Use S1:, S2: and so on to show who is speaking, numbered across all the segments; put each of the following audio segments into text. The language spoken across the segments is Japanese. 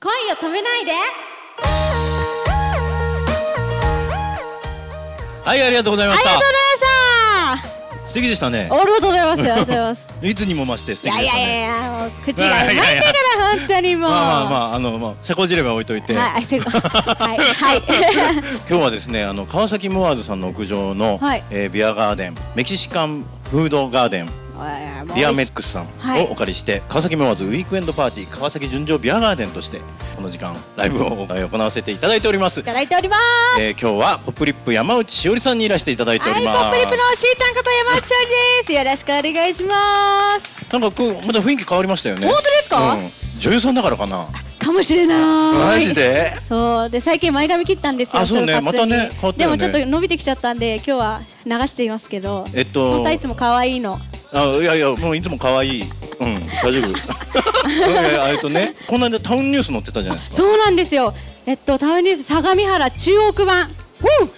S1: 恋を止めないで
S2: はい、ありがとうござい
S1: あ
S2: ま
S1: り
S2: し
S1: がとうござい
S2: た。
S1: ました
S2: 素敵でしたね。
S1: ありがとうございますありがとうございます
S2: いつにも増して素
S1: い
S2: 敵
S1: やい
S2: でした
S1: やい
S2: ね。
S1: やもう口がうまいんだから本当にもう
S2: まあまあまあ、あの、まあ、社交辞令は置いといて、
S1: はい、あそういうことはい、はい、
S2: 今日はですね、あの川崎モアーズさんの屋上の、
S1: はい
S2: えービアガーデン、メキシカンフードガーデン、
S1: はいもう
S2: ビアメックスさん
S1: はい
S2: をお借りして、川崎モアーズウィークエンドパーティー川崎純情ビアガーデンとしてこの時間ライブをえー行わせていただいております
S1: い。ただいております
S2: えー、今日はポップリップ山内しおりさんにいらしていただいてお
S1: はい、
S2: り
S1: ポ
S2: ます。
S1: ップリップのしーちゃんこと山内しおりですよろしくお願いします
S2: なんかこうまた雰囲気変わりましたよね。
S1: 本当ですか
S2: うん、女優さんだからかな。
S1: かもしれない
S2: マジで。
S1: そうで最近前髪切ったんですよ
S2: あそうね
S1: ちょっと勝手に
S2: またね変わった
S1: で
S2: よね
S1: もちょっと伸びてきちゃったんで今日は流していますけど
S2: えっと
S1: 本当はいつも可愛いの
S2: あいやいやもういつも可愛い。うん大丈 夫。うんいやえっとねこの間タウンニュース載ってたじゃないですか。
S1: そうなんですよえっとタウンニュース相模原中央区版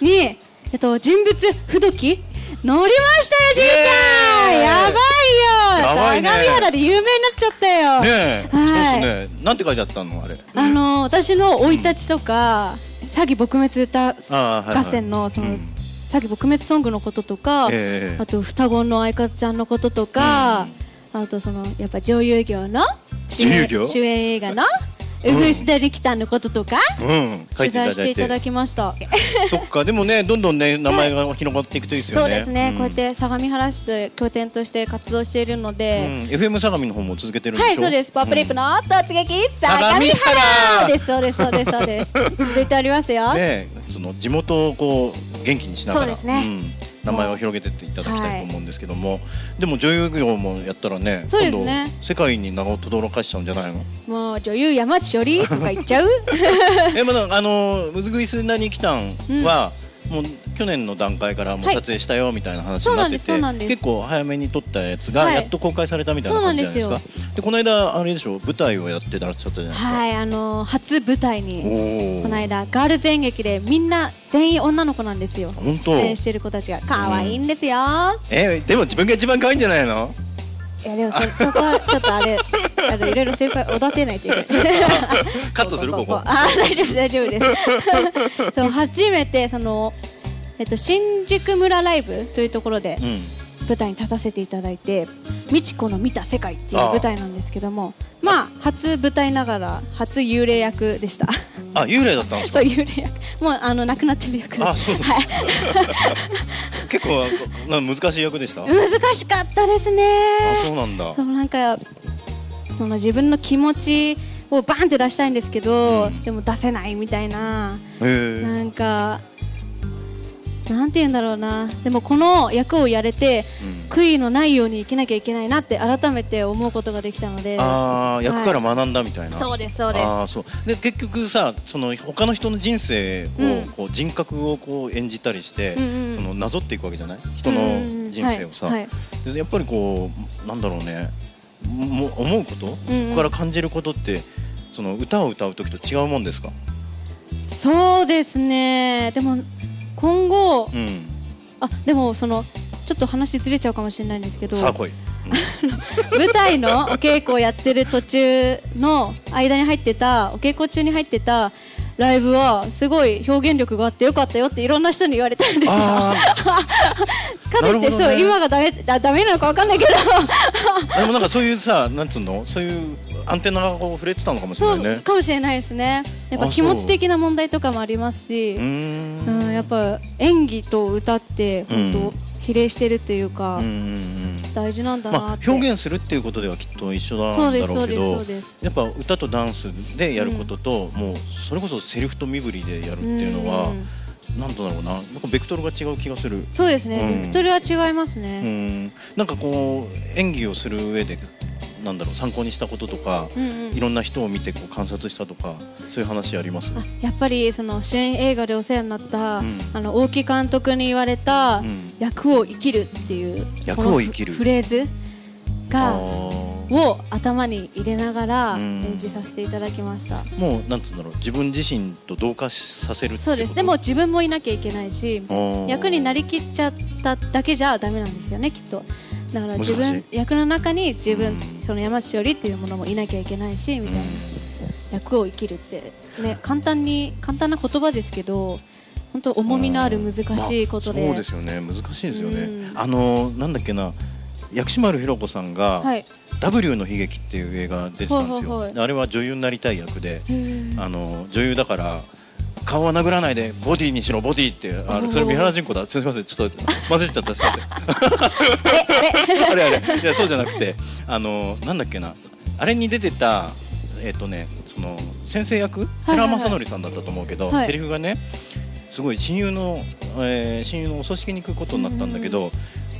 S1: にえっと人物不動き乗りましたよしー
S2: イエーイ
S1: ちゃんやば
S2: やば
S1: いよ
S2: いね
S1: 相模原で有名になっちゃったよ
S2: ねえ。
S1: はい
S2: そうですね。なんて書いてあったのあれ。
S1: あの私の生い立ちとか、詐欺撲滅歌
S2: あーはいはい
S1: 合戦のその、
S2: うん
S1: 詐欺撲滅ソングのこととか、
S2: ええ
S1: あと双子の相方ちゃんのこととか、あとそのやっぱ女優業の主演
S2: 女優業
S1: 主演映画のウグイス・デリキタンのこととか、
S2: うん書
S1: 取
S2: いていただ
S1: 材
S2: い
S1: して
S2: て。
S1: いただきました。
S2: そっかでもねどんどんね名前が広がっていくといいです
S1: そ
S2: よ
S1: う
S2: ね。
S1: ですね、
S2: ん
S1: こうやっ。て相模原市で拠点として活動しているの
S2: うん
S1: で、
S2: FM 相模の方も続けてるんでしょ。
S1: はいそうですパワープリップの突撃相模
S2: 相模
S1: 原
S2: 原
S1: ですそうですそうですそうです続いておりますよ。
S2: ねその地元をこう元気にしながら
S1: そうですね
S2: うん名前を広げてっていただきたいと思うんですけども、でも女優業もやったらね
S1: そうですね
S2: 今度世界に名を轟かしちゃうんじゃないの
S1: もう女優山内よりとか言っち ゃう
S2: えまだあの「うずぐいすなに来たん
S1: うん
S2: は」もう去年の段階からもう
S1: はい
S2: 撮影したよみたいな話になってて、
S1: そうなんですそうなんです
S2: 結構早めに撮ったやつが
S1: はい
S2: やっと公開されたみたいな感じじゃないですか、
S1: そうなん
S2: でこの間あれでしょ舞台をやってらっしゃったじゃないですか、
S1: はいあのー初舞台に
S2: おお
S1: この間ガールズ演劇でみんな全員女の子なんですよ
S2: 本当
S1: 出演してる子たちが可愛いんですよ、
S2: えでも自分が一番可愛いんじゃないの
S1: いやでもそそこはちょっとあれあのいろいろ先輩おだてないといけない
S2: カットするここ
S1: あ大丈夫大丈夫ですそう初めてそのえっと新宿村ライブというところで
S2: うん
S1: 舞台に立たせていただいて「美智子の見た世界」っていう舞台なんですけどもまあ初舞台ながら初幽霊役でした
S2: あ幽霊だったんですか
S1: そう幽霊役もうあの亡くなってる役
S2: あそうです
S1: はい、
S2: 結構な難しい役でした。あ、
S1: 難しかったですね
S2: そうなんだ。
S1: そうなんかその自分の気持ちをバンって出したいんですけど、
S2: うん
S1: でも出せないみたいな
S2: へえ。
S1: なんかなんて言うんだろうなでもこの役をやれて
S2: うん
S1: 悔いのないように生きなきゃいけないなって改めて思うことができたので
S2: ああ、役から
S1: は
S2: 学んだみたい
S1: い
S2: な。
S1: そうですそうです
S2: ああ、そう。で結局さ、その他の人の人生を、
S1: うん
S2: こう人格をこう演じたりして、
S1: うんうん
S2: そのなぞっていくわけじゃない？人の人生をさ、
S1: うんはいはい
S2: でやっぱりこうなんだろうね、も思うこと、
S1: うんうん
S2: そこから感じることって。その歌を歌う時と違うもんですか。
S1: そうですねでも今後、
S2: うん。
S1: あでもそのちょっと話ずれちゃうかもしれないんですけど
S2: さ あ来い。
S1: 舞台のお稽古をやってる途中の間に入ってたお稽古中に入ってたライブはすごい表現力があってよかったよっていろんな人に言われたんですよ。
S2: あ
S1: かといって、
S2: なるほどね
S1: そう今がダメだダメなのかわかんないけど、
S2: あ、でもなんかそういうさ、なんつうの、そういうアンテナがこう触れてたのかもしれ
S1: そ
S2: な
S1: う、
S2: いね。
S1: かもしれないですね。やっ
S2: あ
S1: ぱ
S2: そう
S1: 気持ち的な問題とかもあります
S2: う
S1: し、
S2: ーん
S1: うん、やっぱ演技と歌って本
S2: う
S1: 当
S2: ん
S1: 比例してるっていうか、
S2: うんうん
S1: 大事なん
S2: う
S1: だ
S2: ん
S1: な
S2: まあ
S1: って。
S2: 表現するっていうことではきっと一緒なん
S1: そうで
S2: だ
S1: す
S2: ろ
S1: そう
S2: うけ
S1: ですそ
S2: ど
S1: うです。
S2: やっぱ歌とダンスでやることと、もうそれこそセリフと身振りでやるっていうのは、
S1: ん
S2: なんとだろうななんかベクトルが違う気がする。
S1: そうですね、
S2: うん
S1: ベクトルは違います
S2: う
S1: ね。
S2: んなんかこう演技をする上でなんだろう参考にしたこととか、
S1: うんうん
S2: いろんな人を見てこう観察したとかそういう話あります
S1: あやっぱりその主演映画でお世話になった、
S2: うん
S1: あの大木監督に言われた、
S2: うん
S1: 役を生きるっていう
S2: 役を生きる
S1: このフレーズ
S2: あ
S1: が
S2: ー
S1: を頭に入れながら
S2: うん
S1: 演じさせていただきました、
S2: もうなんつうんだろう自分自身と同化させるってこと
S1: そうですでも自分もいなきゃいけないし
S2: あー
S1: 役になりきっちゃっただけじゃダメなんですよねきっとだから自
S2: 難し
S1: 分
S2: い
S1: 役の中に自分
S2: うん
S1: その山しおりっていうものもいなきゃいけないしみたいな
S2: う
S1: 役を生きるって、ね、簡単に簡単な言葉ですけど本当重みのある難しいことで,、
S2: まあそうですよね難しいですよね、
S1: うん
S2: あのなんだっけな薬師丸ひろ子さんが、
S1: はい
S2: W の悲劇っていう映画出てたんですよ
S1: ほいほいほい
S2: であれは女優になりたい役で
S1: うん
S2: あの女優だから顔は殴らないでボディにしろボディってあ
S1: お
S2: れ
S1: ー
S2: それ三原人子だすみませんちょっと混ぜちゃったすみません
S1: あれ
S2: あれあれいやそうじゃなくてあのなんだっけなあれに出てたえっ、とねその先生役世良正則さんだったと思うけど、
S1: はい
S2: セリフがねすごい親友の、えー親友のお葬式に行くことになったんだけど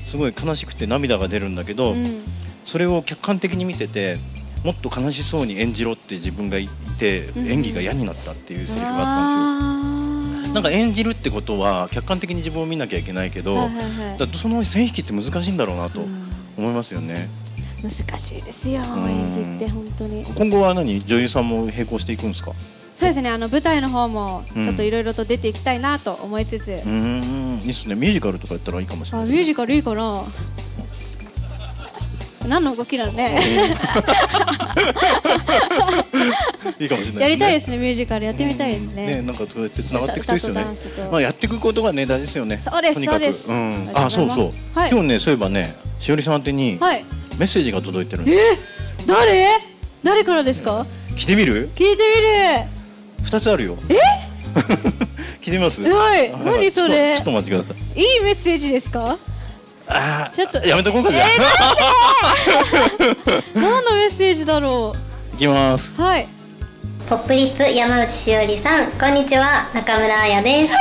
S2: すごい悲しくて涙が出るんだけど、
S1: うん
S2: それを客観的に見ててもっと悲しそうに演じろって自分が言って
S1: うん
S2: 演技が嫌になったっていうセリフがあったんですよ。
S1: あー
S2: なんか演じるってことは客観的に自分を見なきゃいけないけど、
S1: はいはいはい
S2: だってその線引きって難しいんだろうなと
S1: うん
S2: 思いますよね。
S1: 難しいですよ
S2: ん
S1: 演技って本当に
S2: 今後は何女優さんも並行していくんですか。
S1: そうですねあの舞台の方も
S2: うん
S1: ちょっといろいろと出ていきたいなと思いつつ、
S2: うーん、いいっすね。ミュージカルとかやったらいいかもしれ
S1: あ
S2: ない。
S1: ミュージカルいいかな何の動きなのね
S2: いいかもしれな
S1: や
S2: い、
S1: りたいですねミュージカルやってみたいですね,、
S2: ね、なんかそうやって繋がっていくといいですよね
S1: 歌歌とダンス。と
S2: まあやっていくことがね大事ですよね。
S1: そうです
S2: とにかく
S1: そうです
S2: ん
S1: ありがとうございます
S2: あ、そうそう。
S1: はい
S2: 今日ねそういえばね、しおりさん宛てに
S1: はい
S2: メッセージが届いてるん
S1: え
S2: で
S1: 誰誰からですか
S2: す。聞いてみる？
S1: 聞いて
S2: 二つあるよ。え？ 聞いてみます？
S1: みるはい
S2: あ
S1: 何それ
S2: ちょっとちょっと待ってください。
S1: いいメッセージですか
S2: あー
S1: ちょっと
S2: やめとこうかじゃあ。
S1: 何のメッセージだろ
S2: いきます。
S1: うはい
S3: ポップリップ山内しおりさんこんにちは中村彩です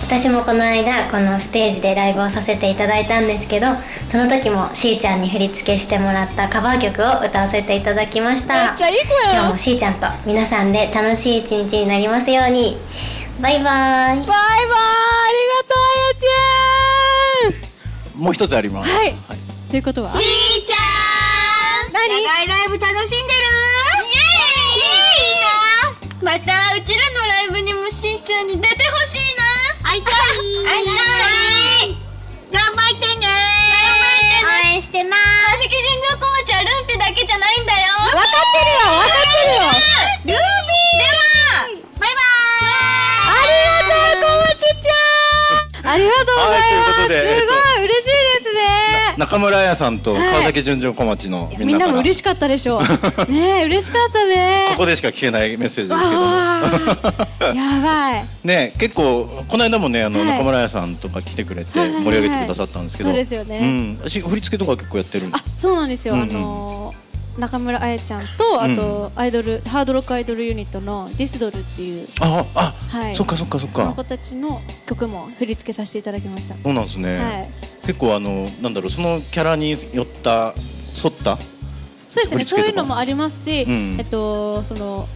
S3: 私もこの間このステージでライブをさせていただいたんですけどその時もしーちゃんに振り付けしてもらったカバー曲を歌わせていただきまし
S1: め
S3: た
S1: っちゃいい子
S3: 今
S1: や
S3: 日
S1: ん
S3: もしーちゃんと皆さんで楽しい一日になりますようにバイバイ
S1: バイバイありがとうあやち
S2: もう一つあります。
S1: はいゃんということは
S4: しーちゃん
S1: 何
S4: 長いライブ楽しんでるイエーイいいなまたうちらのライブにもしーちゃんに出てほしいな会いたい会いたい頑張ってね頑張ってね応援してます川崎神宮コーチはルンピだけじゃないんだよ
S1: 分かってるよ分かってるよ
S4: ルンピではバイ
S1: ありがとう、こま
S4: バ
S1: ちちゃん。ありがとうございます。
S2: はいということです
S1: ごい、嬉しいですね。
S2: 中村彩さんと川崎純情小町のみ
S1: み
S2: ん
S1: ん
S2: な
S1: な
S2: から
S1: も嬉しかったでしょ う。ねえ、嬉しかったね。
S2: ここでしか聞けないメッセージで
S1: わ
S2: すけども
S1: あ、やばい。
S2: ね結構この間もねあの、
S1: はい
S2: 中村彩さんとか来てくれて
S1: はいはいはい
S2: 盛り上げてくださったんですけど、
S1: そうですよね
S2: うん、し振り付けとか結構やってるんで
S1: あ
S2: す、
S1: そうなんですよ。
S2: うんうん
S1: あのー中村あやちゃんと、あと、アイドル、ハードロックアイドルユニットのディスドルっていう。
S2: ああ、
S1: はい
S2: そっかそっかそっ
S1: この
S2: か
S1: 子たちの曲も振り付けさせていただきました。
S2: そうなんですね、
S1: はい。
S2: 結構あのなんだろうそのキャラによった沿
S1: そう
S2: った
S1: です
S2: 振り
S1: ね。そ
S2: 付
S1: う
S2: け
S1: い
S2: と
S1: う
S2: か
S1: のもありますし、
S2: うん
S1: えっとその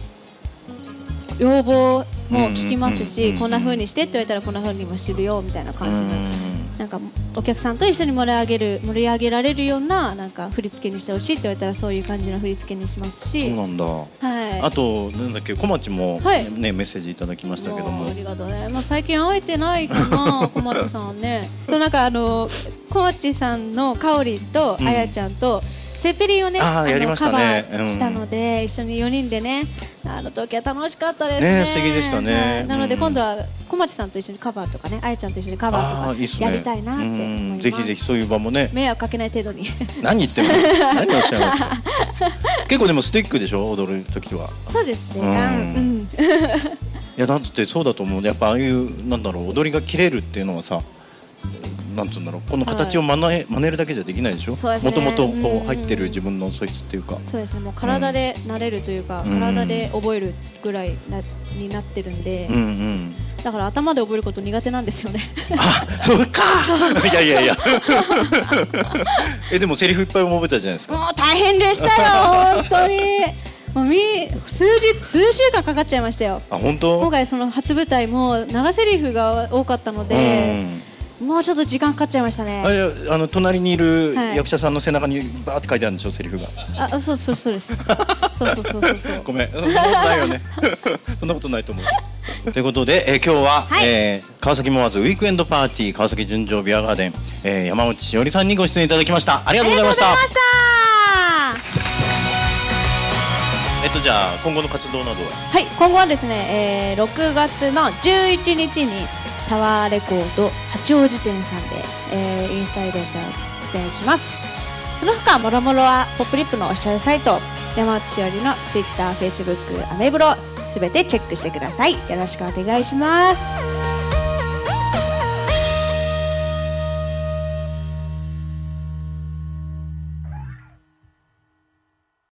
S1: 要望も聞きます
S2: うんうん
S1: し、
S2: うん
S1: こんな風にしてって言われたらこんな風にも知るよみたいな感じ
S2: う
S1: の。
S2: ん
S1: なんかお客さんと一緒に盛り上げる盛り上げられるようななんか振り付けにしてほしいって言われたらそういう感じの振り付けにします
S2: そう
S1: し、
S2: なんだ、
S1: はい。
S2: あとなんだっけ小町も、ね
S1: はい
S2: メッセージいただきましたけど
S1: も
S2: も
S1: うありがとうね。まあ最近会えてないか な、小町さんね。そうなんかあの小町さんのかおりんと
S2: うん
S1: あやちゃんと。セペリンをね、
S2: あー
S1: の
S2: やりましたね
S1: カバーしたので、一緒に四人でね、あの時は楽しかったですね。
S2: ね素敵でしたね
S1: はいなので
S2: うん
S1: 今度は小町さんと一緒にカバーとかね、あやちゃんと一緒にカバ
S2: あ
S1: ー
S2: ーいいっ
S1: と
S2: す
S1: か
S2: ね
S1: やりたいなって思います。
S2: うんぜひぜひそういう場もね
S1: 迷惑かけない程度に。
S2: 何 言っても何をおっしゃいます結構でもスティックでしょ踊る時は
S1: そうですね。
S2: うん
S1: うん。
S2: いやだってそうだと思うやっぱああいうなんだろう踊りが切れるっていうのはさなんつうんだろうこの形を真似,、真似るだけじゃできないでしょ
S1: そうですね
S2: もともと
S1: うんうん
S2: こ
S1: う
S2: うん入ってる自分の素質っていうか
S1: そうですね。もう体で慣れるというか、
S2: うん
S1: 体で覚えるぐらいなになってるんで。
S2: うんうん
S1: だから頭で覚えること苦手なんですよね。
S2: あそうかいやいやいや えでもセリフいっぱい覚えたじゃないで す
S1: もう
S2: か
S1: 大変でした よ、本当に。もうみ数日、数週間かかっちゃいましたよ。
S2: あ本
S1: 今
S2: 当
S1: 回その初舞台も長セリフが多かったので、もうちょっと時間かかっちゃいました
S2: うんあ
S1: ね。
S2: いやあの隣にいる
S1: はい
S2: 役者さんの背中にバーって書いてあるんでしょセリフが
S1: あ、そうそうそう です。そうそうそうそうそう。
S2: ごめん、そんなことないよね。 そんなことないと思う。ということで、えー今日は、えー川崎モアーズウィークエンドパーティー川崎純情ビアガーデン、えー山内しおりさんにご出演いただきました。ありがとうございました。
S1: ありがとうございました。
S2: えっとじゃあ今後の活動などは
S1: はい、今後はですね、えー6月の11日にタワーレコード八王子店さんで、えーインサイドで出演しますその他もろもろはポップリップのオフィシャルサイト山内しおりの TwitterFacebook アメブロすべてチェックしてくださいよろしくお願いします